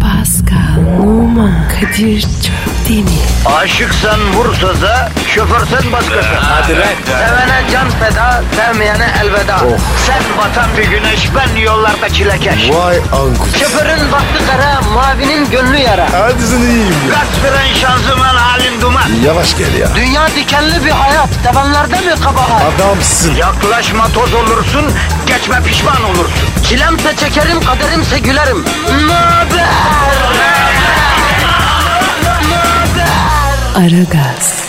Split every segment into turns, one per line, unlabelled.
Pascal, Oman, Kadir çok değil mi?
Aşıksan vursa da şoförsen başkasın. Hadi
lan.
Sevene can feda, sevmeyene elveda. Sen batan bir güneş, ben yollarda çilekeş.
Vay anku.
Şoförün baktı kara, mavinin gönlü yara.
Hadi sen iyiyim ya.
Kasperen şanzıman halin duman.
Yavaş gel ya.
Dünya dikenli bir hayat, sevenlerde mi kabahar?
Adamsın.
Yaklaşma toz olursun, geçme pişman olursun. Çilemse çekerim, kaderimse gülerim. Möber!
Aragaz,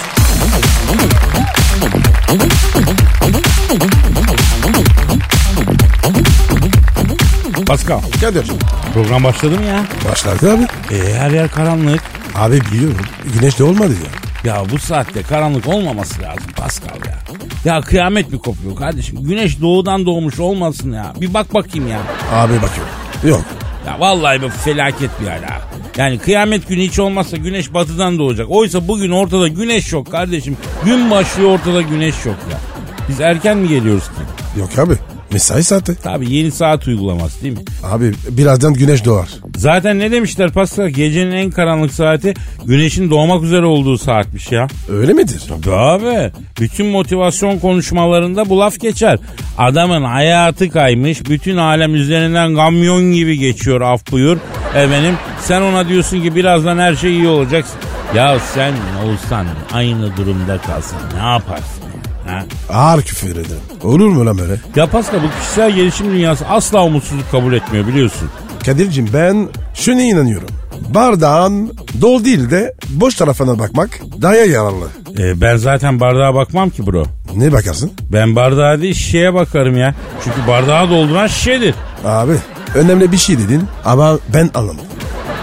Pascal
Kadir.
program başladı mı ya?
Başladı abi.
E, her yer karanlık.
Abi biliyorum. Güneş de olmadı ya.
Ya bu saatte karanlık olmaması lazım Pascal ya. Ya kıyamet mi kopuyor kardeşim? Güneş doğudan doğmuş olmasın ya. Bir bak bakayım ya.
Abi bakıyorum. Yok.
Ya vallahi bu felaket bir hal ha. Yani kıyamet günü hiç olmazsa güneş batıdan doğacak. Oysa bugün ortada güneş yok kardeşim. Gün başlıyor ortada güneş yok ya. Biz erken mi geliyoruz ki?
Yok abi. Mesai saati.
Tabii yeni saat uygulaması değil mi?
Abi birazdan güneş doğar.
Zaten ne demişler Pascal? Gecenin en karanlık saati güneşin doğmak üzere olduğu saatmiş ya.
Öyle midir?
Abi bütün motivasyon konuşmalarında bu laf geçer. Adamın hayatı kaymış. Bütün alem üzerinden kamyon gibi geçiyor af buyur. Efendim sen ona diyorsun ki birazdan her şey iyi olacak. Ya sen olsan aynı durumda kalsan ne yaparsın? Ha?
Ağır küfür ederim. Olur mu lan böyle?
Ya Pascal bu kişisel gelişim dünyası asla umutsuzluk kabul etmiyor biliyorsun.
Kadir'cim ben şuna inanıyorum. Bardağın dol değil de boş tarafına bakmak daha yararlı.
Ee, ben zaten bardağa bakmam ki bro.
Ne bakarsın?
Ben bardağa değil şişeye bakarım ya. Çünkü bardağı dolduran şişedir.
Abi önemli bir şey dedin ama ben anlamadım.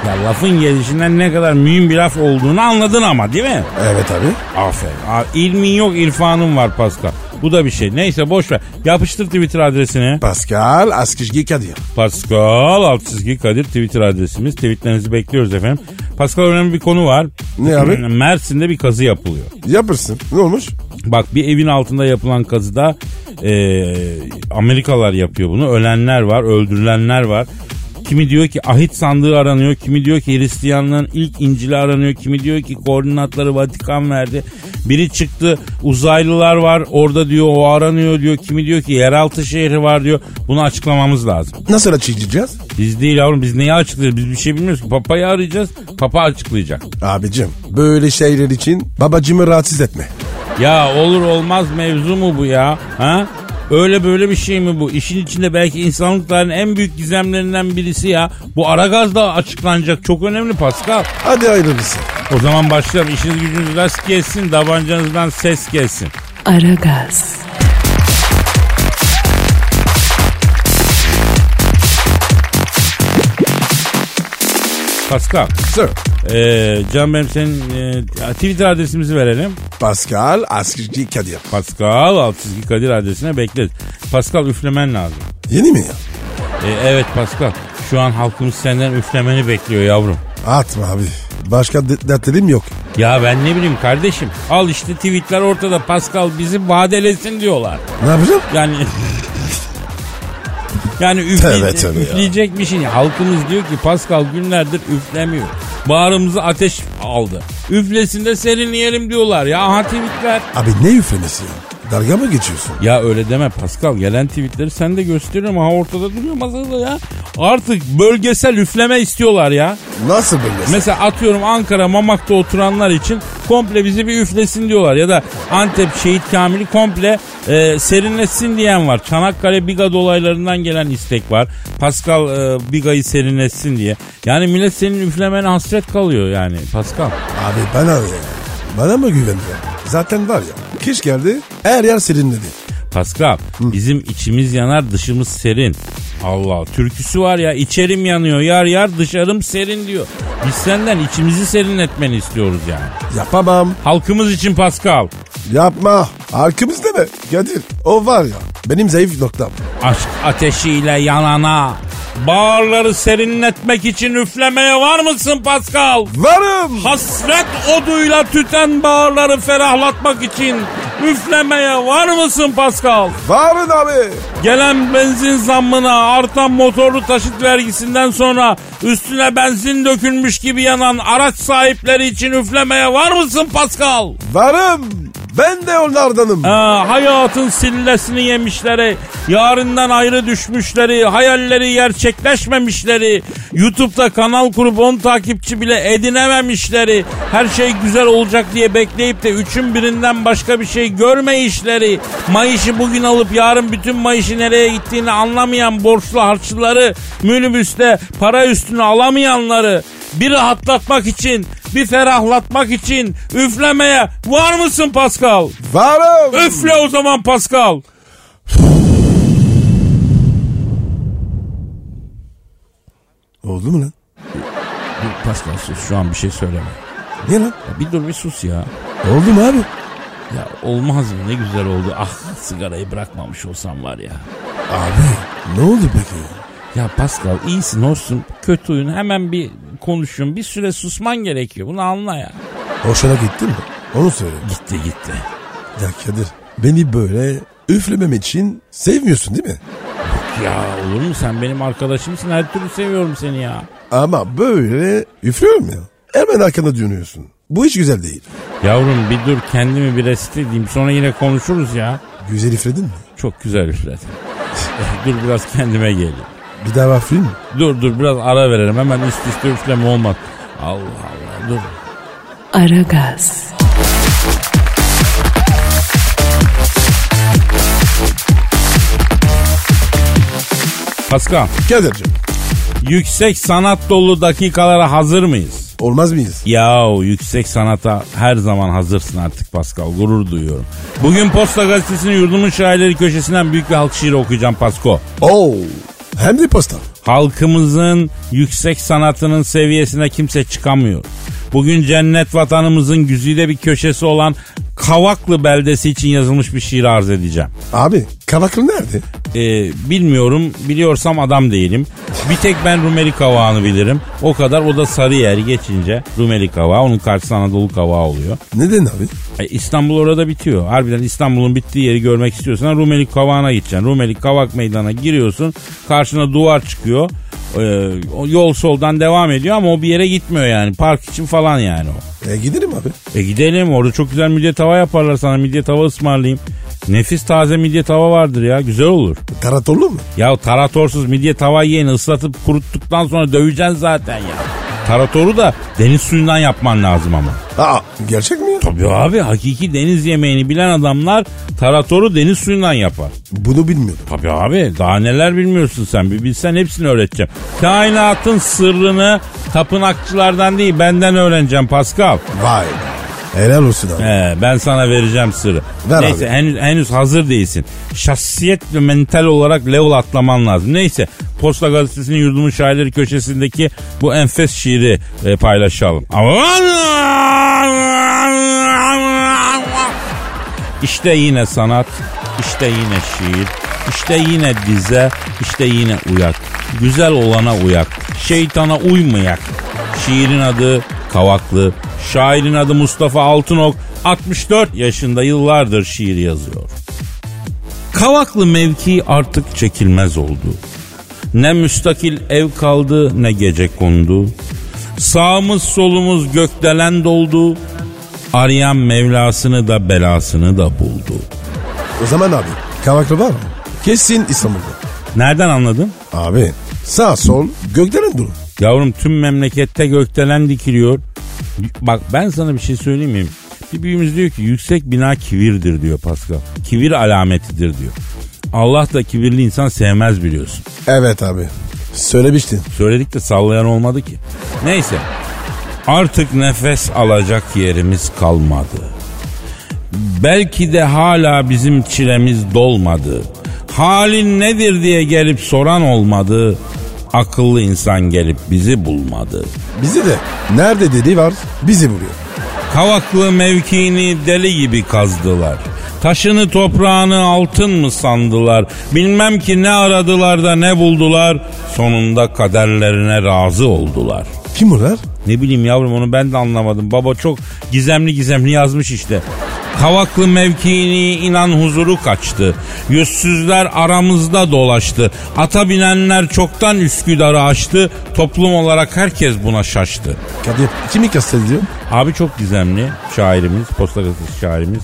Ya lafın gelişinden ne kadar mühim bir laf olduğunu anladın ama değil mi?
Evet abi.
Aferin. Abi, ilmin yok irfanın var Pascal. Bu da bir şey. Neyse boş ver. Yapıştır Twitter adresini.
Pascal Askizgi Kadir.
Pascal alt çizgi Kadir Twitter adresimiz. Tweetlerinizi bekliyoruz efendim. Pascal önemli bir konu var.
Ne abi?
Mersin'de bir kazı yapılıyor.
Yapırsın. Ne olmuş?
Bak bir evin altında yapılan kazıda eee, Amerikalar yapıyor bunu. Ölenler var, öldürülenler var. Kimi diyor ki ahit sandığı aranıyor, kimi diyor ki Hristiyanlığın ilk İncil'i aranıyor, kimi diyor ki koordinatları Vatikan verdi. Biri çıktı uzaylılar var orada diyor o aranıyor diyor, kimi diyor ki yeraltı şehri var diyor. Bunu açıklamamız lazım.
Nasıl açıklayacağız?
Biz değil yavrum biz neyi açıklayacağız biz bir şey bilmiyoruz ki papayı arayacağız papa açıklayacak.
Abicim böyle şeyler için babacımı rahatsız etme.
Ya olur olmaz mevzu mu bu ya? Ha? Öyle böyle bir şey mi bu? İşin içinde belki insanlık tarihinin en büyük gizemlerinden birisi ya. Bu Aragaz da açıklanacak. Çok önemli Pascal.
Hadi ayrılırsın.
O zaman başlayalım. İşiniz gücünüz rast gelsin. Davancanızdan ses gelsin.
Aragaz,
Pascal.
Sir.
Ee, Can benim senin e, Twitter adresimizi verelim.
Pascal Askizgi Kadir.
Pascal alt çizgi Kadir adresine bekleriz. Pascal üflemen lazım.
Yeni mi ya?
Ee, evet Pascal. Şu an halkımız senden üflemeni bekliyor yavrum.
Atma abi. Başka de- dertlerim yok.
Ya ben ne bileyim kardeşim. Al işte tweetler ortada. Pascal bizi vadelesin diyorlar.
Ne yapacağım?
Yani yani üfleyecek,
Tövbe tövbe ya.
üfleyecek bir şey. yok. Halkımız diyor ki Pascal günlerdir üflemiyor. Bağrımızı ateş aldı. Üflesin de serinleyelim diyorlar. Ya ha tweetler.
Abi ne üflemesi ya? Dalga mı geçiyorsun?
Ya öyle deme Pascal. Gelen tweetleri sen de gösteriyorum. Ha ortada duruyor masada ya. Artık bölgesel üfleme istiyorlar ya.
Nasıl böyle?
Mesela atıyorum Ankara Mamak'ta oturanlar için komple bizi bir üflesin diyorlar. Ya da Antep Şehit Kamil'i komple e, serinletsin diyen var. Çanakkale Biga dolaylarından gelen istek var. Pascal e, Biga'yı serinletsin diye. Yani millet senin üflemene hasret kalıyor yani Pascal.
abi bana ne ya? Bana mı güveniyor? Zaten var ya. Kış geldi her yer serinledi.
Pascal bizim içimiz yanar dışımız serin. Allah türküsü var ya içerim yanıyor yar yar dışarım serin diyor. Biz senden içimizi serinletmeni istiyoruz yani.
Yapamam.
Halkımız için Pascal.
Yapma. Arkamızda mı? Kadir. O var ya. Benim zayıf noktam.
Aşk ateşiyle yanana Bağırları serinletmek için üflemeye var mısın Pascal?
Varım.
Hasret oduyla tüten bağırları ferahlatmak için üflemeye var mısın Pascal?
Varın abi.
Gelen benzin zammına artan motorlu taşıt vergisinden sonra üstüne benzin dökülmüş gibi yanan araç sahipleri için üflemeye var mısın Pascal?
Varım. Ben de onlardanım.
Ha, hayatın sillesini yemişleri, yarından ayrı düşmüşleri, hayalleri gerçekleşmemişleri, YouTube'da kanal kurup 10 takipçi bile edinememişleri, her şey güzel olacak diye bekleyip de üçün birinden başka bir şey görmeyişleri, mayışı bugün alıp yarın bütün mayışı nereye gittiğini anlamayan borçlu harçlıları, minibüste para üstüne alamayanları, bir rahatlatmak için, bir ferahlatmak için üflemeye var mısın Pascal?
Varım.
Üfle o zaman Pascal.
Oldu mu lan?
Pascal sus şu an bir şey söyleme.
Niye lan?
Ya bir dur bir sus ya.
Oldu mu abi?
Ya olmaz mı ne güzel oldu. Ah sigarayı bırakmamış olsam var ya.
Abi ne oldu peki?
Ya Pascal iyisin hoşsun kötü oyun hemen bir konuşun bir süre susman gerekiyor bunu anla ya.
Hoşuna gitti mi? Onu söyle.
Gitti gitti.
Ya Kadir beni böyle üflemem için sevmiyorsun değil mi?
Ya olur mu sen benim arkadaşımsın her türlü seviyorum seni ya.
Ama böyle üflüyorum ya. Hemen arkana dönüyorsun. Bu hiç güzel değil.
Yavrum bir dur kendimi bir rest edeyim sonra yine konuşuruz ya.
Güzel üfledin mi?
Çok güzel üfledin. dur biraz kendime geleyim.
Bir daha üfleyeyim mi?
Dur dur biraz ara verelim hemen üst üste üfleme olmaz. Allah Allah dur.
Aragaz,
Paskal
Kadir'cim
yüksek sanat dolu dakikalara hazır mıyız?
olmaz mıyız?
Yahu yüksek sanata her zaman hazırsın artık Pascal gurur duyuyorum. Bugün Posta Gazetesi'nin yurdumun şairleri köşesinden büyük bir halk şiiri okuyacağım Pasko.
Oo. Hem de posta.
Halkımızın yüksek sanatının seviyesine kimse çıkamıyor. Bugün cennet vatanımızın güzide bir köşesi olan Kavaklı beldesi için yazılmış bir şiir arz edeceğim.
Abi kavaklı nerede?
Ee, bilmiyorum. Biliyorsam adam değilim. Bir tek ben Rumeli kavağını bilirim. O kadar o da Sarıyer geçince Rumeli kavağı. Onun karşısında Anadolu kavağı oluyor.
Neden abi?
E, İstanbul orada bitiyor. Harbiden İstanbul'un bittiği yeri görmek istiyorsan Rumeli kavağına gideceksin. Rumeli kavak meydana giriyorsun. Karşına duvar çıkıyor. Ee, o yol soldan devam ediyor ama o bir yere gitmiyor yani. Park için falan yani o.
E gidelim abi.
E gidelim orada çok güzel midye tava yaparlar sana. Midye tava ısmarlayayım. Nefis taze midye tava vardır ya. Güzel olur.
Taratorlu mu?
Ya taratorsuz midye tava yiyin ıslatıp kuruttuktan sonra döveceksin zaten ya. Taratoru da deniz suyundan yapman lazım ama.
Aa gerçek mi? ya?
Tabii abi hakiki deniz yemeğini bilen adamlar taratoru deniz suyundan yapar.
Bunu bilmiyordum.
Tabii abi daha neler bilmiyorsun sen bir bilsen hepsini öğreteceğim. Kainatın sırrını tapınakçılardan değil benden öğreneceğim Pascal.
Vay be. Helal olsun abi.
He, ben sana vereceğim sırrı.
Ver
Neyse
abi.
henüz, henüz hazır değilsin. Şahsiyet ve mental olarak level atlaman lazım. Neyse Posta Gazetesi'nin yurdumun şairleri köşesindeki bu enfes şiiri e, paylaşalım. İşte yine sanat, işte yine şiir, işte yine dize, işte yine uyak. Güzel olana uyak, şeytana uymayak. Şiirin adı Kavaklı, şairin adı Mustafa Altınok, 64 yaşında yıllardır şiir yazıyor. Kavaklı mevki artık çekilmez oldu. Ne müstakil ev kaldı ne gece kondu. Sağımız solumuz gökdelen doldu. Arayan Mevlasını da belasını da buldu.
O zaman abi kavaklı var mı? Kesin İstanbul'da.
Nereden anladın?
Abi sağ sol gökdelen durun.
Yavrum tüm memlekette gökdelen dikiliyor. Bak ben sana bir şey söyleyeyim mi? Bir büyüğümüz diyor ki yüksek bina kivirdir diyor Pascal. Kibir alametidir diyor. Allah da kibirli insan sevmez biliyorsun.
Evet abi. Söylemiştin.
Söyledik de sallayan olmadı ki. Neyse. Artık nefes alacak yerimiz kalmadı. Belki de hala bizim çilemiz dolmadı. Halin nedir diye gelip soran olmadı. Akıllı insan gelip bizi bulmadı.
Bizi de nerede dedi var bizi vuruyor.
Kavaklı mevkiini deli gibi kazdılar. Taşını toprağını altın mı sandılar? Bilmem ki ne aradılar da ne buldular. Sonunda kaderlerine razı oldular.
Kim bunlar?
Ne bileyim yavrum onu ben de anlamadım. Baba çok gizemli gizemli yazmış işte. Kavaklı mevkiini inan huzuru kaçtı. Yüzsüzler aramızda dolaştı. Ata binenler çoktan Üsküdar'ı aştı. Toplum olarak herkes buna şaştı.
Kadir kimi kastediyor?
Abi çok gizemli şairimiz, posta gazetesi şairimiz.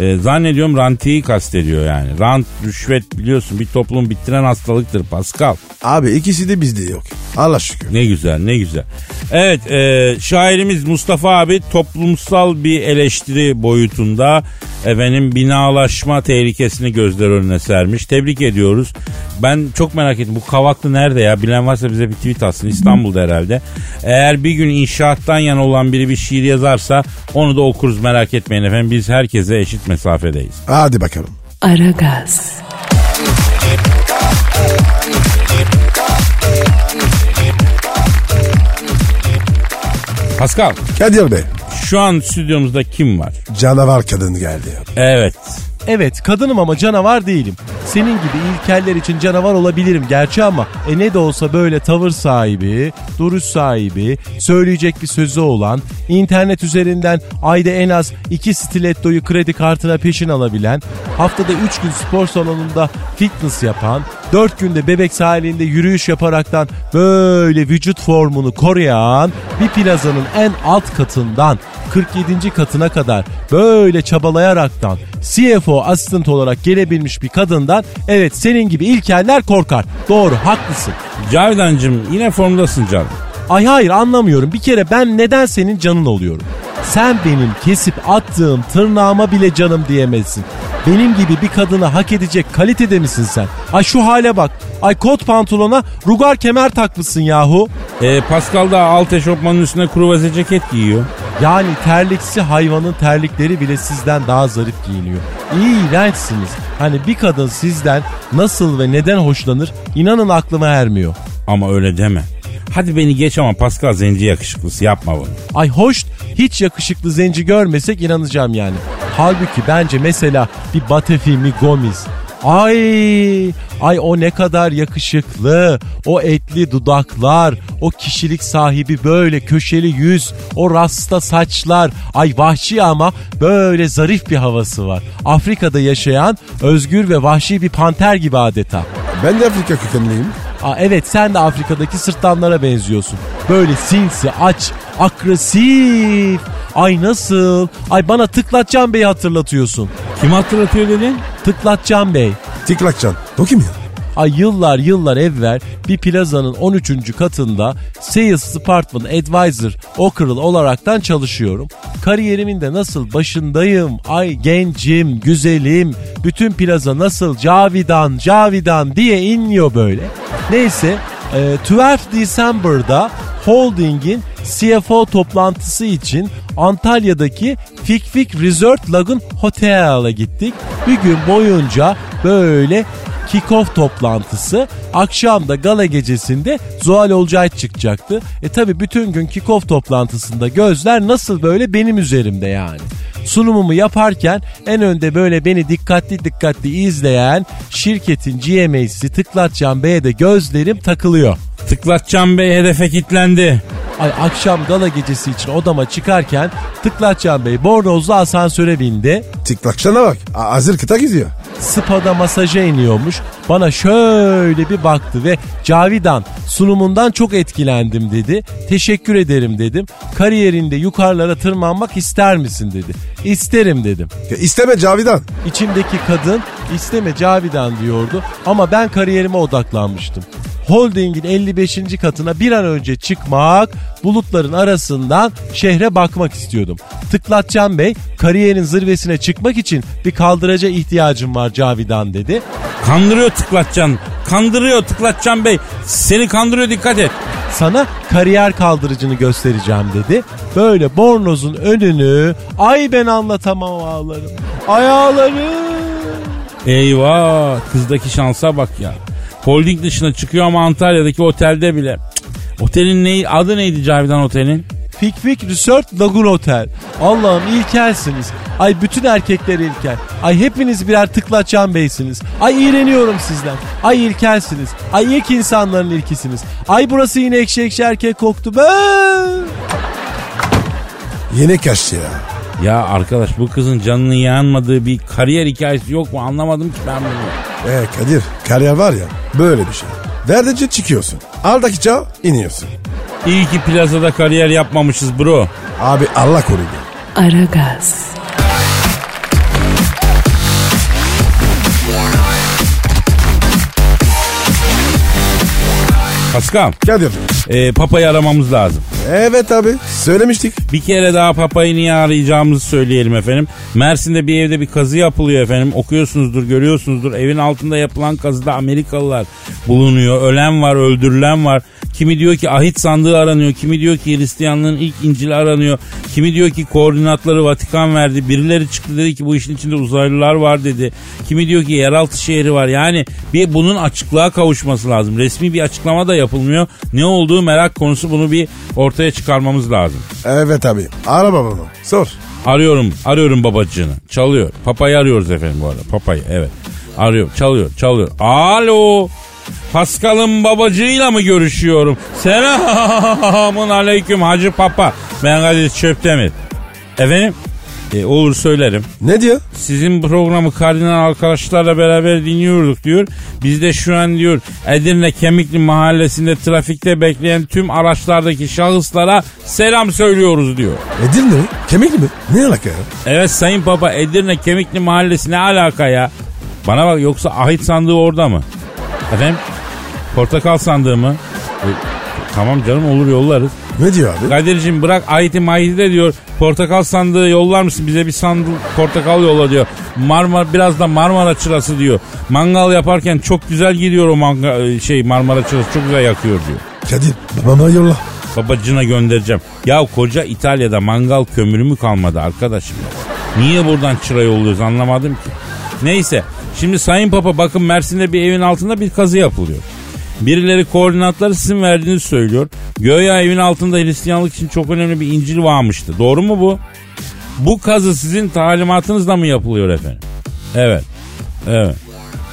Ee, zannediyorum rantiyi kastediyor yani. Rant, rüşvet biliyorsun bir toplum bitiren hastalıktır Pascal.
Abi ikisi de bizde yok. Allah şükür.
Ne güzel ne güzel. Evet e, şairimiz Mustafa abi toplumsal bir eleştiri boyutunda efendim binalaşma tehlikesini gözler önüne sermiş. Tebrik ediyoruz. Ben çok merak ettim bu kavaklı nerede ya bilen varsa bize bir tweet atsın İstanbul'da herhalde. Eğer bir gün inşaattan yana olan biri bir şiir yazarsa onu da okuruz merak etmeyin efendim biz herkese eşit mesafedeyiz.
Hadi bakalım.
Aragaz,
Pascal
Kadir Bey.
şu an stüdyomuzda kim var?
Canavar kadın geldi.
Evet
Evet kadınım ama canavar değilim. Senin gibi ilkeller için canavar olabilirim gerçi ama e ne de olsa böyle tavır sahibi, duruş sahibi, söyleyecek bir sözü olan, internet üzerinden ayda en az 2 stilettoyu kredi kartına peşin alabilen, haftada 3 gün spor salonunda fitness yapan, 4 günde bebek sahilinde yürüyüş yaparaktan böyle vücut formunu koruyan bir plazanın en alt katından 47. katına kadar böyle çabalayaraktan CFO asistant olarak gelebilmiş bir kadından evet senin gibi ilkeller korkar. Doğru haklısın.
Cavidancım yine formdasın canım.
Ay hayır anlamıyorum. Bir kere ben neden senin canın oluyorum? Sen benim kesip attığım tırnağıma bile canım diyemezsin. Benim gibi bir kadına hak edecek kalitede misin sen? Ay şu hale bak. Ay kot pantolona rugar kemer takmışsın yahu.
E, Pascal da alt eşofmanın üstüne kuru vaze ceket giyiyor.
Yani terliksi hayvanın terlikleri bile sizden daha zarif giyiniyor. İğrençsiniz. Hani bir kadın sizden nasıl ve neden hoşlanır inanın aklıma ermiyor.
Ama öyle deme. Hadi beni geç ama Pascal zenci yakışıklısı yapma bunu.
Ay hoş hiç yakışıklı zenci görmesek inanacağım yani. Halbuki bence mesela bir Batefimi Gomis. Ay ay o ne kadar yakışıklı. O etli dudaklar, o kişilik sahibi böyle köşeli yüz, o rasta saçlar. Ay vahşi ama böyle zarif bir havası var. Afrika'da yaşayan özgür ve vahşi bir panter gibi adeta.
Ben de Afrika kökenliyim.
Aa, evet sen de Afrika'daki sırtlanlara benziyorsun. Böyle sinsi, aç, agresif. Ay nasıl? Ay bana Tıklatcan Bey'i hatırlatıyorsun.
Kim hatırlatıyor dedin?
Tıklatcan Bey.
Tiklakcan. O kim ya?
Ay yıllar yıllar evvel bir plazanın 13. katında Sales Department Advisor Okrıl olaraktan çalışıyorum. Kariyerimin de nasıl başındayım. Ay gencim, güzelim. Bütün plaza nasıl cavidan, cavidan diye inliyor böyle. Neyse e, 12 December'da Holding'in CFO toplantısı için Antalya'daki Fikfik Resort Lagoon Hotel'e gittik. Bir gün boyunca böyle kick-off toplantısı. Akşam da gala gecesinde Zuhal Olcay çıkacaktı. E tabi bütün gün kick-off toplantısında gözler nasıl böyle benim üzerimde yani. Sunumumu yaparken en önde böyle beni dikkatli dikkatli izleyen şirketin GMA'si Tıklatcan Bey'e de gözlerim takılıyor.
Tıklatcan Bey hedefe kilitlendi.
Ay akşam gala gecesi için odama çıkarken Tıklatcan Bey bornozlu asansöre bindi.
Tiklakcan'a bak. A- hazır kıta gidiyor.
Spada masaja iniyormuş. Bana şöyle bir baktı ve Cavidan sunumundan çok etkilendim dedi. Teşekkür ederim dedim. Kariyerinde yukarılara tırmanmak ister misin dedi. İsterim dedim.
Ya isteme Cavidan.
İçimdeki kadın isteme Cavidan diyordu ama ben kariyerime odaklanmıştım. Holding'in 55. katına bir an önce çıkmak, bulutların arasından şehre bakmak istiyordum. Tıklatcan Bey, kariyerin zirvesine çıkmak için bir kaldıraca ihtiyacım var Cavidan dedi.
Kandırıyor Tıklatcan. Kandırıyor Tıklatcan Bey. Seni kandırıyor dikkat et.
sana kariyer kaldırıcını göstereceğim dedi. Böyle bornozun önünü ay ben anlatamam ağlarım. Ay ağlarım.
Eyvah kızdaki şansa bak ya. Holding dışına çıkıyor ama Antalya'daki otelde bile. Cık, Otelin neyi, adı neydi Cavidan Otel'in?
Fikfik Resort Lagun Otel. Allah'ım ilkelsiniz. Ay bütün erkekler ilkel. Ay hepiniz birer tıklaçan beysiniz. Ay iğreniyorum sizden. Ay ilkelsiniz. Ay ilk insanların ilkisiniz. Ay burası yine ekşi ekşi erkek koktu. Be.
Yine kaçtı ya.
Ya arkadaş bu kızın canının yanmadığı bir kariyer hikayesi yok mu anlamadım ki ben bunu.
E Kadir kariyer var ya böyle bir şey. Verdince çıkıyorsun. Aldaki çağ iniyorsun.
İyi ki plazada kariyer yapmamışız bro.
Abi Allah korudu.
Aragaz,
Paskal,
Kadir.
e, papayı aramamız lazım.
Evet abi söylemiştik.
Bir kere daha papayı niye arayacağımızı söyleyelim efendim. Mersin'de bir evde bir kazı yapılıyor efendim. Okuyorsunuzdur, görüyorsunuzdur. Evin altında yapılan kazıda Amerikalılar bulunuyor. Ölen var, öldürülen var. Kimi diyor ki ahit sandığı aranıyor. Kimi diyor ki Hristiyanlığın ilk İncil'i aranıyor. Kimi diyor ki koordinatları Vatikan verdi. Birileri çıktı dedi ki bu işin içinde uzaylılar var dedi. Kimi diyor ki yeraltı şehri var. Yani bir bunun açıklığa kavuşması lazım. Resmi bir açıklama da yapılmıyor. Ne olduğu merak konusu bunu bir ortaya çıkarmamız lazım.
Evet abi ara babamı sor.
Arıyorum, arıyorum babacığını. Çalıyor. Papayı arıyoruz efendim bu arada. Papayı, evet. Arıyorum, çalıyor, çalıyor. Alo. Paskal'ın babacığıyla mı görüşüyorum? Selamun aleyküm Hacı Papa. Ben Kadir Çöptemir. Efendim? E, olur söylerim.
Ne diyor?
Sizin programı kardinal arkadaşlarla beraber dinliyorduk diyor. Biz de şu an diyor Edirne Kemikli mahallesinde trafikte bekleyen tüm araçlardaki şahıslara selam söylüyoruz diyor.
Edirne mi? Kemikli mi? Ne alaka ya?
Evet Sayın Papa Edirne Kemikli Mahallesi ne alaka ya? Bana bak yoksa ahit sandığı orada mı? Efendim? Portakal sandığı mı? E, tamam canım olur yollarız.
Ne diyor abi?
Kadir'cim bırak ahiti mahiti de diyor. Portakal sandığı yollar mısın? Bize bir sandık portakal yolla diyor. Marmara biraz da Marmara çırası diyor. Mangal yaparken çok güzel gidiyor o manga, e, şey Marmara çırası çok güzel yakıyor diyor.
Kadir babama yolla.
Babacına göndereceğim. Ya koca İtalya'da mangal kömürü mü kalmadı arkadaşım? ya? Niye buradan çıra yolluyoruz anlamadım ki. Neyse şimdi Sayın Papa bakın Mersin'de bir evin altında bir kazı yapılıyor. Birileri koordinatları sizin verdiğini söylüyor. Göya evin altında Hristiyanlık için çok önemli bir İncil varmıştı. Doğru mu bu? Bu kazı sizin talimatınızla mı yapılıyor efendim? Evet. Evet.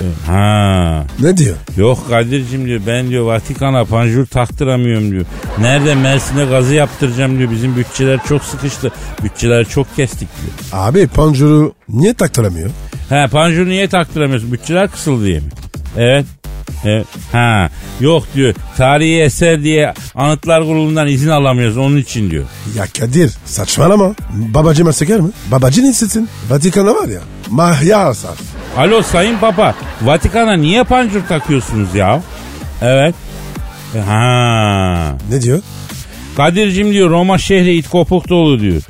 Evet. Ha.
Ne diyor?
Yok Kadir'cim diyor ben diyor Vatikan'a panjur taktıramıyorum diyor. Nerede Mersin'e gazı yaptıracağım diyor. Bizim bütçeler çok sıkıştı. Bütçeler çok kestik diyor.
Abi pancuru niye taktıramıyor?
He panjur niye taktıramıyorsun? Bütçeler kısıldı diye mi? Evet. Evet. Ha yok diyor tarihi eser diye anıtlar kurulundan izin alamıyoruz onun için diyor.
Ya Kadir saçmalama. Babacıma söker mi? Babacın istesin. Vatikan'a var ya. Mahya asar.
Alo Sayın Papa Vatikan'a niye panjur takıyorsunuz ya? Evet. E, Ha.
Ne diyor?
Kadir'cim diyor Roma şehri it kopuk dolu diyor.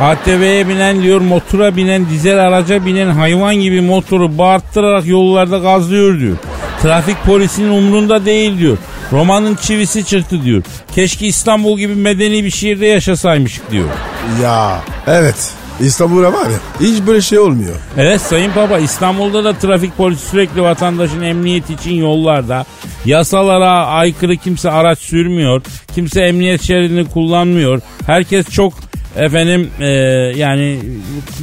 ATV'ye binen diyor motora binen dizel araca binen hayvan gibi motoru bağırttırarak yollarda gazlıyor diyor. Trafik polisinin umrunda değil diyor. Roma'nın çivisi çıktı diyor. Keşke İstanbul gibi medeni bir şehirde yaşasaymışık diyor.
Ya evet. İstanbul'a var ya hiç böyle şey olmuyor.
Evet Sayın Baba İstanbul'da da trafik polisi sürekli vatandaşın emniyeti için yollarda. Yasalara aykırı kimse araç sürmüyor. Kimse emniyet şeridini kullanmıyor. Herkes çok efendim e, yani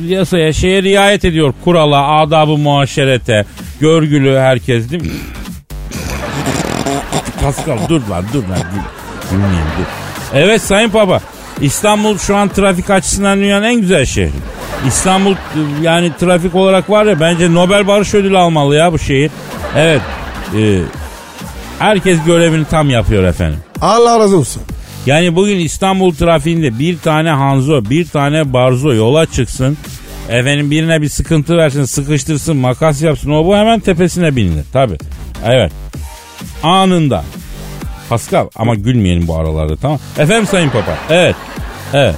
yasaya şeye riayet ediyor. Kurala, adabı muaşerete, görgülü herkes değil mi? Pascal dur lan dur lan. Dur. Dinleyeyim, dur. Evet Sayın Baba. İstanbul şu an trafik açısından dünyanın en güzel şehri. İstanbul e, yani trafik olarak var ya bence Nobel Barış Ödülü almalı ya bu şehir. Evet. e, herkes görevini tam yapıyor efendim.
Allah razı olsun.
Yani bugün İstanbul trafiğinde bir tane Hanzo, bir tane Barzo yola çıksın. Efendim birine bir sıkıntı versin, sıkıştırsın, makas yapsın. O bu hemen tepesine binilir. Tabi. Evet. Anında. Pascal ama gülmeyelim bu aralarda tamam. Efendim Sayın Papa. Evet. Evet.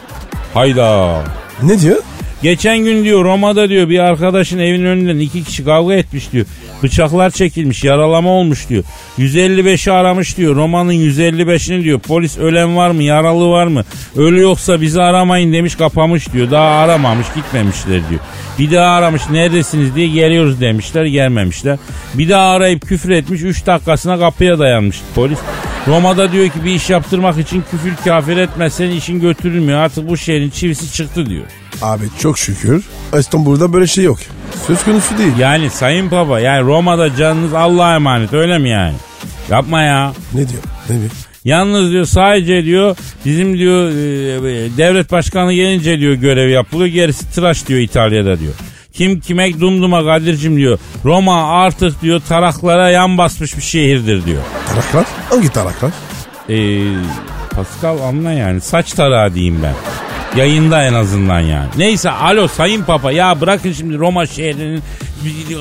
Hayda.
Ne diyor?
Geçen gün diyor Roma'da diyor bir arkadaşın evin önünden iki kişi kavga etmiş diyor. Bıçaklar çekilmiş yaralama olmuş diyor. 155'i aramış diyor. Roma'nın 155'ini diyor. Polis ölen var mı yaralı var mı? Ölü yoksa bizi aramayın demiş kapamış diyor. Daha aramamış gitmemişler diyor. Bir daha aramış neredesiniz diye geliyoruz demişler gelmemişler. Bir daha arayıp küfür etmiş 3 dakikasına kapıya dayanmış polis. Roma'da diyor ki bir iş yaptırmak için küfür kafir etmezsen işin götürülmüyor. Artık bu şehrin çivisi çıktı diyor.
Abi çok şükür İstanbul'da böyle şey yok. Söz konusu değil.
Yani sayın baba yani Roma'da canınız Allah'a emanet öyle mi yani? Yapma ya.
Ne diyor? Ne diyor?
Yalnız diyor sadece diyor bizim diyor e, devlet başkanı gelince diyor görev yapılıyor. Gerisi tıraş diyor İtalya'da diyor. Kim kime dumduma Kadir'cim diyor. Roma artık diyor taraklara yan basmış bir şehirdir diyor.
Taraklar? Hangi taraklar?
Ee, Pascal anla yani saç tarağı diyeyim ben. Yayında en azından yani. Neyse alo sayın papa ya bırakın şimdi Roma şehrinin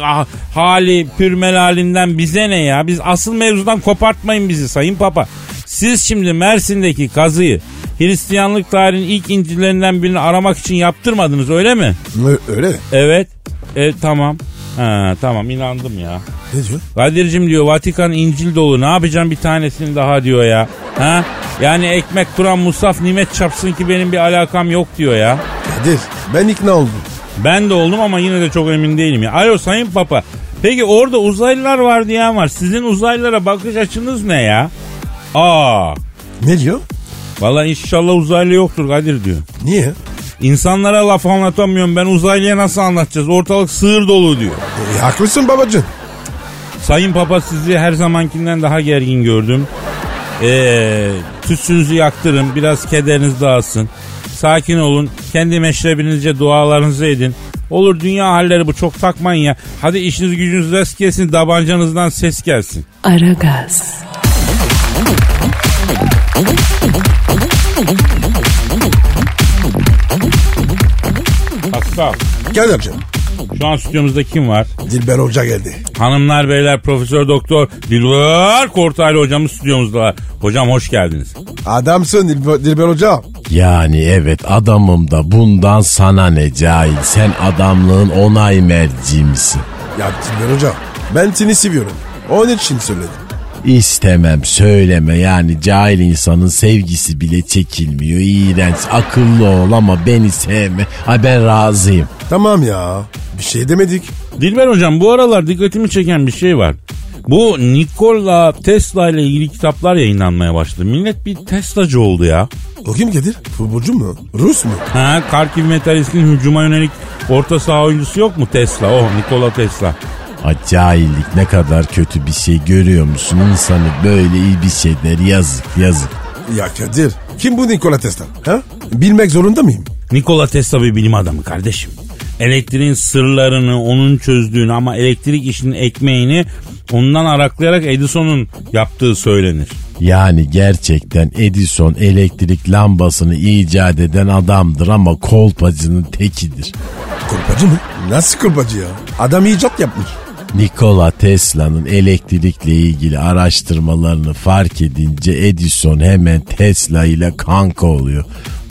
ah, hali pürmelalinden bize ne ya? Biz asıl mevzudan kopartmayın bizi sayın papa. Siz şimdi Mersin'deki kazıyı Hristiyanlık tarihinin ilk incilerinden birini aramak için yaptırmadınız öyle mi?
Ö- öyle mi?
Evet. E, tamam. Ha, tamam inandım ya.
Ne diyor?
Kadir'cim diyor Vatikan İncil dolu ne yapacağım bir tanesini daha diyor ya. Ha? Yani ekmek kuran Musaf nimet çarpsın ki benim bir alakam yok diyor ya.
Kadir ben ikna oldum.
Ben de oldum ama yine de çok emin değilim ya. Alo Sayın Papa. Peki orada uzaylılar var diyen var. Sizin uzaylılara bakış açınız ne ya? Aa.
Ne diyor?
Valla inşallah uzaylı yoktur Kadir diyor.
Niye?
İnsanlara laf anlatamıyorum ben uzaylıya nasıl anlatacağız? Ortalık sığır dolu diyor.
E, haklısın babacığım.
Sayın Papa sizi her zamankinden daha gergin gördüm. Ee, tütsünüzü yaktırın, biraz kederiniz dağılsın. Sakin olun, kendi meşrebinizce dualarınızı edin. Olur dünya halleri bu çok takmayın ya. Hadi işiniz gücünüz rast gelsin, tabancanızdan ses gelsin.
Aragaz,
Pascal,
Kadir'cim
şu an stüdyomuzda kim var?
Dilber Hoca geldi.
Hanımlar, beyler, profesör, doktor, Dilber Kortaylı hocamız stüdyomuzda. Hocam hoş geldiniz.
Adamsın Dilber, Dilber Hoca.
Yani evet adamım da bundan sana ne cahil. Sen adamlığın onay merci misin?
Ya Dilber Hoca ben seni seviyorum. Onun için söyledim.
İstemem söyleme yani cahil insanın sevgisi bile çekilmiyor. İğrenç akıllı ol ama beni sevme. Ay ben razıyım.
Tamam ya bir şey demedik.
Dilber hocam bu aralar dikkatimi çeken bir şey var. Bu Nikola Tesla ile ilgili kitaplar yayınlanmaya başladı. Millet bir Teslacı oldu ya.
O kim Kadir? Futbolcu mu? Rus mu?
Ha, Karkiv Metalist'in hücuma yönelik orta saha oyuncusu yok mu Tesla? Oh Nikola Tesla.
Ay cahillik ne kadar kötü bir şey görüyor musun? İnsanı böyle iyi bir şeyler yazık yazık.
Ya Kadir kim bu Nikola Tesla? Ha? Bilmek zorunda mıyım?
Nikola Tesla bir bilim adamı kardeşim. Elektriğin sırlarını onun çözdüğünü ama elektrik işinin ekmeğini ondan araklayarak Edison'un yaptığı söylenir.
Yani gerçekten Edison elektrik lambasını icat eden adamdır ama kolpacının tekidir.
Kulpacı mı? Nasıl kulpacı ya? Adam icat yapmış.
Nikola Tesla'nın elektrikle ilgili araştırmalarını fark edince Edison hemen Tesla ile kanka oluyor.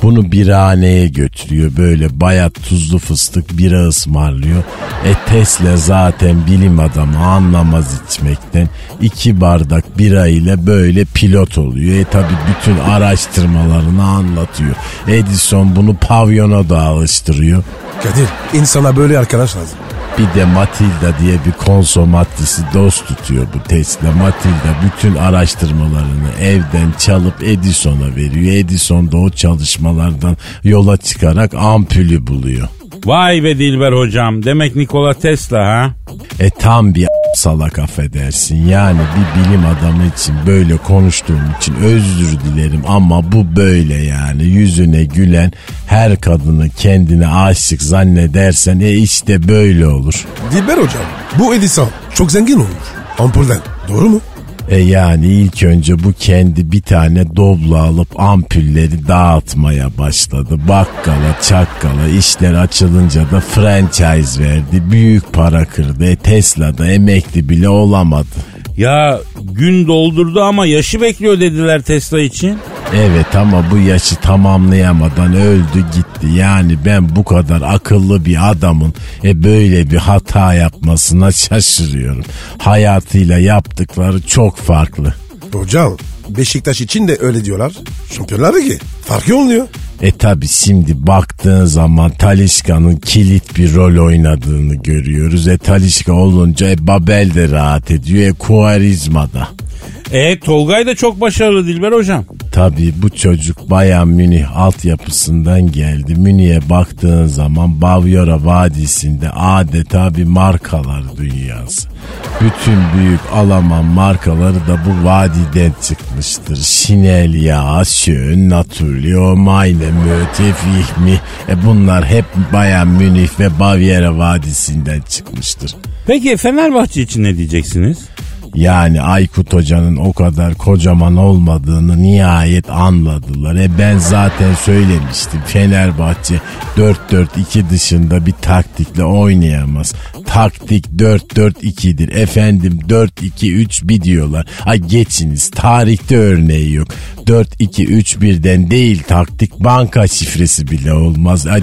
Bunu birhaneye götürüyor böyle bayat tuzlu fıstık bira ısmarlıyor. E Tesla zaten bilim adamı anlamaz içmekten. iki bardak bira ile böyle pilot oluyor. E tabi bütün araştırmalarını anlatıyor. Edison bunu pavyona da alıştırıyor.
Kadir insana böyle arkadaş lazım.
Bir de Matilda diye bir konsomatrisi dost tutuyor bu Tesla. Matilda bütün araştırmalarını evden çalıp Edison'a veriyor. Edison da o çalışmalardan yola çıkarak ampulü buluyor.
Vay be Dilber hocam demek Nikola Tesla ha?
E tam bir salak affedersin. Yani bir bilim adamı için böyle konuştuğum için özür dilerim ama bu böyle yani. Yüzüne gülen her kadını kendine aşık zannedersen e işte böyle olur.
Dilber hocam bu Edison çok zengin olmuş. Ampulden doğru mu?
E yani ilk önce bu kendi bir tane dobla alıp ampulleri dağıtmaya başladı. Bakkala çakkala işler açılınca da franchise verdi. Büyük para kırdı. E Tesla'da emekli bile olamadı.
Ya gün doldurdu ama yaşı bekliyor dediler Tesla için.
Evet ama bu yaşı tamamlayamadan öldü gitti. Yani ben bu kadar akıllı bir adamın e böyle bir hata yapmasına şaşırıyorum. Hayatıyla yaptıkları çok farklı.
Hocam Beşiktaş için de öyle diyorlar. Şampiyonlar Ligi farkı olmuyor.
E tabi şimdi baktığın zaman Talişka'nın kilit bir rol oynadığını görüyoruz. E Talişka olunca e, Babel de rahat ediyor. E Kuarizma da.
E Tolgay da çok başarılı Dilber hocam.
Tabii bu çocuk bayağı Münih altyapısından geldi. Münih'e baktığın zaman Bavyera Vadisi'nde adeta bir markalar dünyası. Bütün büyük Alman markaları da bu vadiden çıkmıştır. Chanel ya, Schön, Naturlio, Meine, Mötefih mi? E bunlar hep bayağı Münih ve Bavyera Vadisi'nden çıkmıştır.
Peki Fenerbahçe için ne diyeceksiniz?
Yani Aykut Hoca'nın o kadar kocaman olmadığını nihayet anladılar. E ben zaten söylemiştim Fenerbahçe 4-4-2 dışında bir taktikle oynayamaz. Taktik 4-4-2'dir. Efendim 4-2-3-1 diyorlar. Ay geçiniz tarihte örneği yok. 4-2-3-1'den değil taktik banka şifresi bile olmaz. Ay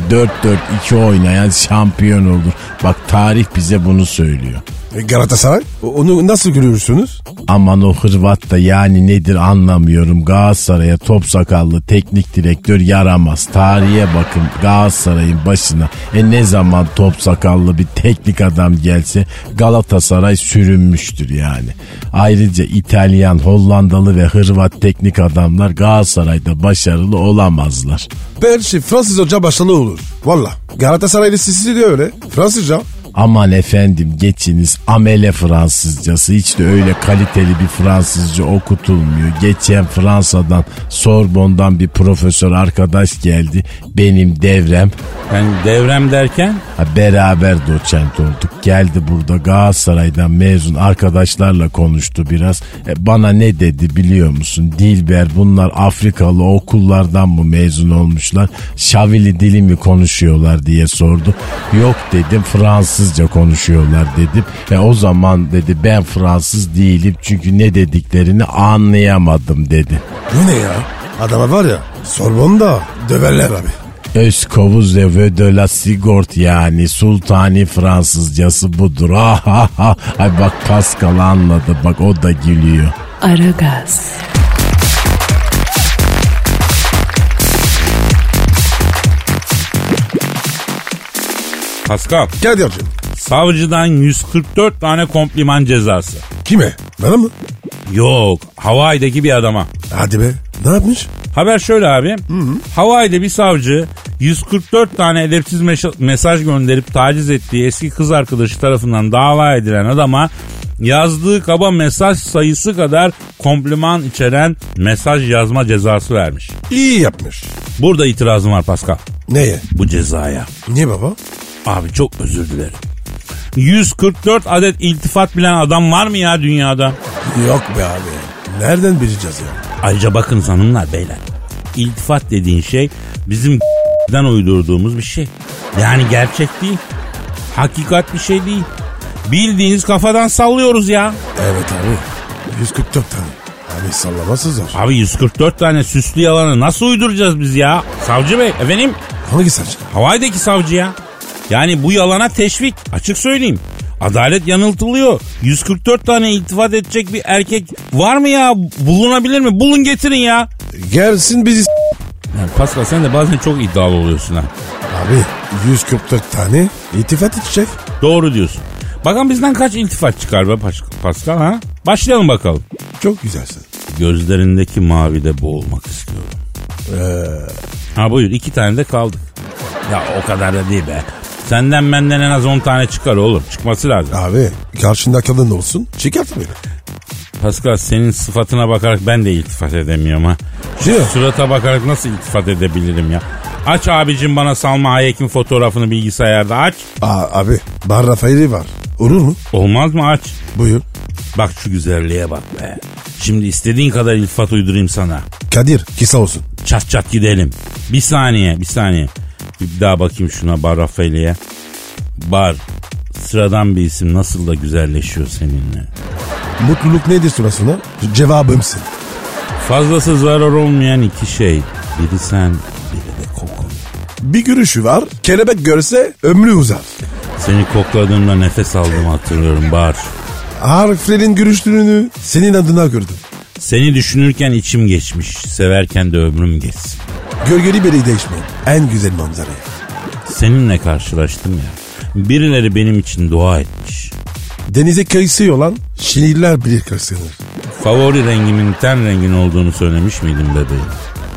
4-4-2 oynayan şampiyon olur. Bak tarih bize bunu söylüyor.
E, Galatasaray o- onu nasıl görüyorsunuz?
Aman o Hırvat da yani nedir anlamıyorum. Galatasaray'a top sakallı teknik direktör yaramaz. Tarihe bakın Galatasaray'ın başına. E ne zaman top sakallı bir teknik adam gelse Galatasaray sürünmüştür yani. Ayrıca İtalyan, Hollandalı ve Hırvat teknik adamlar Galatasaray'da başarılı olamazlar.
Belki Fransız hoca başarılı olur. Valla. Galatasaraylı sisi de öyle. Fransızca.
Aman efendim geçiniz amele Fransızcası hiç de öyle kaliteli bir Fransızca okutulmuyor. Geçen Fransa'dan Sorbon'dan bir profesör arkadaş geldi. Benim devrem
Yani devrem derken
ha, beraber doçent olduk. Geldi burada Galatasaray'dan mezun arkadaşlarla konuştu biraz. E, bana ne dedi biliyor musun? Dilber bunlar Afrikalı okullardan mı mezun olmuşlar? Şavili dili mi konuşuyorlar diye sordu. Yok dedim Fransızca konuşuyorlar dedim. E, o zaman dedi ben Fransız değilim çünkü ne dediklerini anlayamadım dedi.
Bu ne ya? Adama var ya Sorbon'da döverler abi.
Özkovuz ve Vödöla Sigort yani Sultani Fransızcası budur. Ah, ah, ah. Ay bak Pascal anladı bak o da gülüyor.
Aragaz,
Pascal
Kadir'cim
savcıdan 144 tane kompliman cezası.
kime? Bana mı?
Yok Hawaii'deki bir adama.
Hadi be. Ne yapmış?
Haber şöyle abi. Hawaii'de bir savcı 144 tane edepsiz meş- mesaj gönderip taciz ettiği eski kız arkadaşı tarafından dava edilen adama yazdığı kaba mesaj sayısı kadar kompliman içeren mesaj yazma cezası vermiş.
İyi yapmış.
Burada itirazım var Pascal.
Neye?
Bu cezaya.
Niye baba?
Abi çok özür dilerim. 144 adet iltifat bilen adam var mı ya dünyada?
Yok be abi. Nereden bileceğiz ya?
Ayrıca bakın hanımlar beyler. İltifat dediğin şey bizim den uydurduğumuz bir şey. Yani gerçek değil. Hakikat bir şey değil. Bildiğiniz kafadan sallıyoruz ya.
Evet abi. 144 tane. Abi sallaması zor.
Abi 144 tane süslü yalanı nasıl uyduracağız biz ya? Savcı bey efendim
Hangi savcı?
Hawaii'deki savcı ya. Yani bu yalana teşvik açık söyleyeyim. Adalet yanıltılıyor. 144 tane iltifat edecek bir erkek var mı ya? Bulunabilir mi? Bulun getirin ya.
Gelsin bizi s-
Yani Pascal sen de bazen çok iddialı oluyorsun ha.
Abi 144 tane itifat edecek.
Doğru diyorsun. Bakalım bizden kaç iltifat çıkar be Pas- Pascal ha? Başlayalım bakalım.
Çok güzelsin.
Gözlerindeki mavide boğulmak istiyorum.
Ee.
Ha buyur iki tane de kaldık. Ya o kadar da değil be. Senden benden en az 10 tane çıkar oğlum. Çıkması lazım.
Abi karşında kadın olsun çıkart beni.
Pascal senin sıfatına bakarak ben de iltifat edemiyorum ha. Şu
Değil mi?
surata bakarak nasıl iltifat edebilirim ya? Aç abicim bana Salma Hayek'in fotoğrafını bilgisayarda aç.
Aa, abi bar Rafael'i var. Olur mu?
Olmaz mı aç?
Buyur.
Bak şu güzelliğe bak be. Şimdi istediğin kadar iltifat uydurayım sana.
Kadir kısa olsun.
Çat çat gidelim. Bir saniye bir saniye. Bir daha bakayım şuna Bar Rafaeli'ye. Bar. Sıradan bir isim nasıl da güzelleşiyor seninle.
Mutluluk nedir sorusuna? Cevabımsın.
Fazlası zarar olmayan iki şey. Biri sen, biri de kokun.
Bir görüşü var. Kelebek görse ömrü uzar.
Seni kokladığımda nefes aldığımı hatırlıyorum Bar.
Harflerin görüştüğünü senin adına gördüm.
Seni düşünürken içim geçmiş. Severken de ömrüm geçsin.
Gölgeli biri değişmeyin. En güzel manzarayı.
Seninle karşılaştım ya. Birileri benim için dua etmiş.
Denize kıyısı olan şiirler bilir kırsınır.
Favori rengimin ten rengin olduğunu söylemiş miydim bebeğim?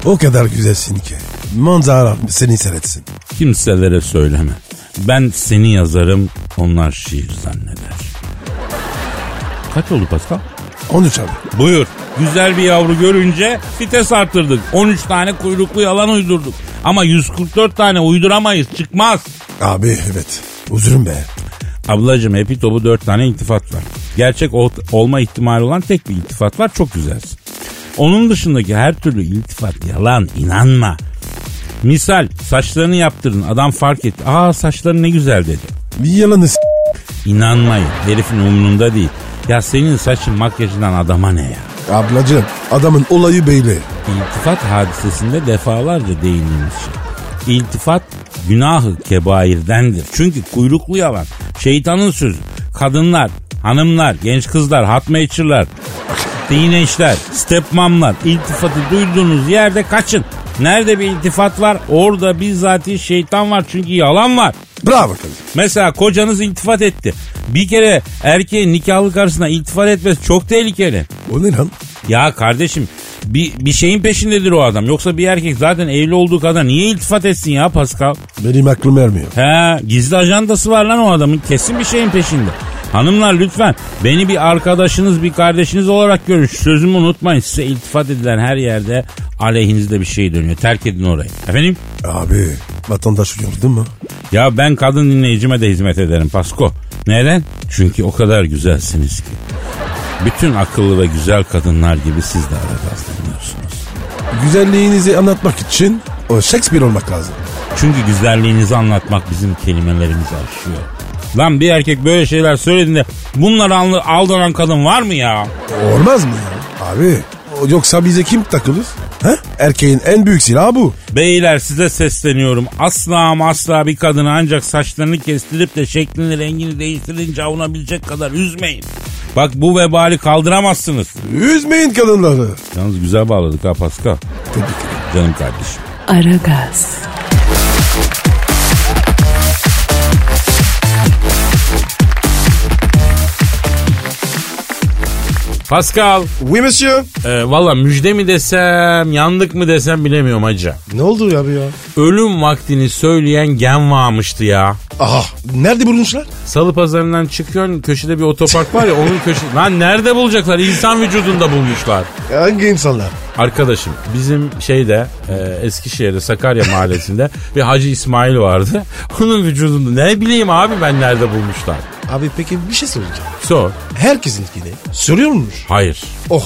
O kadar güzelsin ki. Manzara seni seyretsin.
Kimselere söyleme. Ben seni yazarım, onlar şiir zanneder. Kaç oldu Pascal?
13 abi.
Buyur. Güzel bir yavru görünce vites arttırdık. 13 tane kuyruklu yalan uydurduk. Ama 144 tane uyduramayız çıkmaz.
Abi evet. Üzülüm be.
Ablacım epitopu 4 tane iltifat var. Gerçek ol- olma ihtimali olan tek bir iltifat var çok güzelsin. Onun dışındaki her türlü iltifat yalan inanma. Misal saçlarını yaptırdın adam fark etti. Aa saçların ne güzel dedi.
Bir yalanı s-
İnanmayın herifin umrunda değil. Ya senin saçın makyajından adama ne ya?
Ablacığım adamın olayı belli.
İltifat hadisesinde defalarca değindiğimiz şey. İltifat günahı kebairdendir. Çünkü kuyruklu yalan, şeytanın sözü. Kadınlar, hanımlar, genç kızlar, hot matcher'lar, dineşler, stepmamlar iltifatı duyduğunuz yerde kaçın. Nerede bir iltifat var orada bizzati şeytan var çünkü yalan var.
Bravo kardeşim.
Mesela kocanız iltifat etti. Bir kere erkeğin nikahlı karşısına iltifat etmesi çok tehlikeli.
O ne lan?
Ya kardeşim bir, bir şeyin peşindedir o adam. Yoksa bir erkek zaten evli olduğu kadar niye iltifat etsin ya Pascal?
Benim aklım ermiyor.
He gizli ajandası var lan o adamın. Kesin bir şeyin peşinde. Hanımlar lütfen beni bir arkadaşınız bir kardeşiniz olarak görün. Şu Sözümü unutmayın size iltifat edilen her yerde aleyhinizde bir şey dönüyor. Terk edin orayı. Efendim?
Abi vatandaş uyuyor değil mi?
Ya ben kadın dinleyicime de hizmet ederim Pasko. Neden? Çünkü o kadar güzelsiniz ki. Bütün akıllı ve güzel kadınlar gibi siz de arada rastlanıyorsunuz.
Güzelliğinizi anlatmak için o Shakespeare olmak lazım.
Çünkü güzelliğinizi anlatmak bizim kelimelerimizi aşıyor. Lan bir erkek böyle şeyler söylediğinde bunlara anlı- aldanan kadın var mı ya?
Olmaz mı ya? Abi o- yoksa bize kim takılır? He? Erkeğin en büyük silahı bu.
Beyler size sesleniyorum. Asla ama asla bir kadını ancak saçlarını kestirip de şeklini rengini değiştirince avunabilecek kadar üzmeyin. Bak bu vebali kaldıramazsınız.
Üzmeyin kadınları.
Yalnız güzel bağladık ha Pascal.
Tebrik ederim.
Canım kardeşim.
Aragaz,
Pascal,
Oui monsieur.
e, valla müjde mi desem, yandık mı desem bilemiyorum hacı.
Ne oldu abi ya?
Ölüm vaktini söyleyen gen varmıştı ya.
Aha nerede bulmuşlar?
Salı pazarından çıkıyorsun köşede bir otopark var ya onun köşesi. Lan nerede bulacaklar? İnsan vücudunda bulmuşlar.
Hangi insanlar?
Arkadaşım bizim şeyde e, Eskişehir'de Sakarya mahallesinde bir Hacı İsmail vardı. Onun vücudunda ne bileyim abi ben nerede bulmuşlar.
Abi peki bir şey soracağım.
Sor.
Herkesinkini soruyor musunuz?
Hayır.
Oh.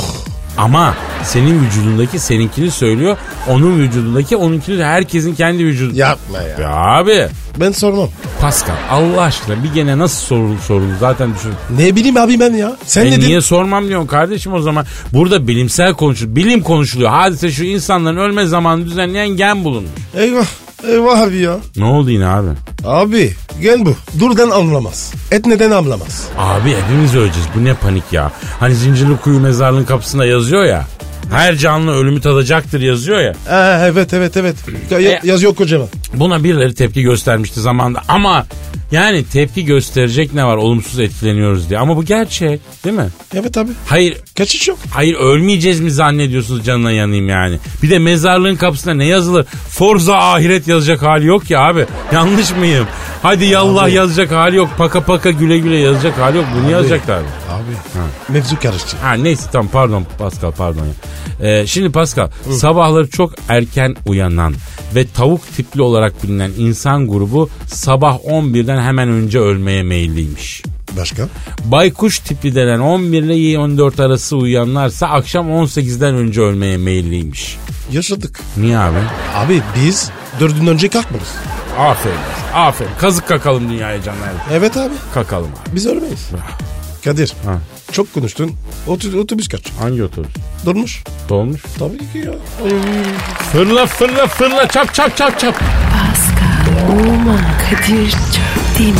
Ama senin vücudundaki seninkini söylüyor. Onun vücudundaki onunkini de herkesin kendi vücudu.
Yapma ya.
Ya abi
Ben sormam.
Pascal Allah aşkına bir gene nasıl sorulur sorulur zaten düşün.
Ne bileyim abi ben ya. Sen
E
ne
niye sormam diyorsun kardeşim o zaman. Burada bilimsel konuşuluyor. Bilim konuşuluyor. Hadise şu insanların ölme zamanını düzenleyen gen bulunmuş.
Eyvah. Eyvah abi ya.
Ne oldu yine abi?
Abi gel bu. Durdan anlamaz. Et neden anlamaz.
Abi hepimiz öleceğiz. Bu ne panik ya. Hani zincirli kuyu mezarlığın kapısında yazıyor ya. Her canlı ölümü tadacaktır yazıyor ya.
Ee, evet evet evet. Ya- ya-
E-
yazıyor kocaman.
Buna birileri tepki göstermişti zamanda. Ama yani tepki gösterecek ne var olumsuz etkileniyoruz diye. Ama bu gerçek değil mi?
Evet abi.
Hayır
Kaçış yok.
Hayır ölmeyeceğiz mi zannediyorsunuz canına yanayım yani. Bir de mezarlığın kapısına ne yazılır? Forza ahiret yazacak hali yok ya abi. Yanlış mıyım? Hadi yallah yazacak hali yok. Paka paka güle güle yazacak hali yok. Bunu yazacaklar.
Abi. Mevzu karıştı.
Ha neyse tamam pardon Pascal pardon ya. Ee, şimdi Pascal sabahları çok erken uyanan ve tavuk tipli olarak bilinen insan grubu sabah 11'den hemen önce ölmeye meyilliymiş.
Başka?
Baykuş tipi denen 11 ile 14 arası uyuyanlarsa akşam 18'den önce ölmeye meyilliymiş.
Yaşadık.
Niye abi?
Abi biz dördünden önce kalkmadık.
Aferin. Aferin. Kazık kakalım dünyaya canlar.
Evet abi.
Kakalım abi.
Biz ölmeyiz. Kadir.
Ha.
Çok konuştun. Otobüs, otobüs kaç?
Hangi otobüs?
Durmuş.
Dolmuş.
Tabii ki ya.
Fırla fırla fırla çap çap çap çap.
Pascal, Oman, Kadir çok değil mi?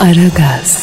Aragaz.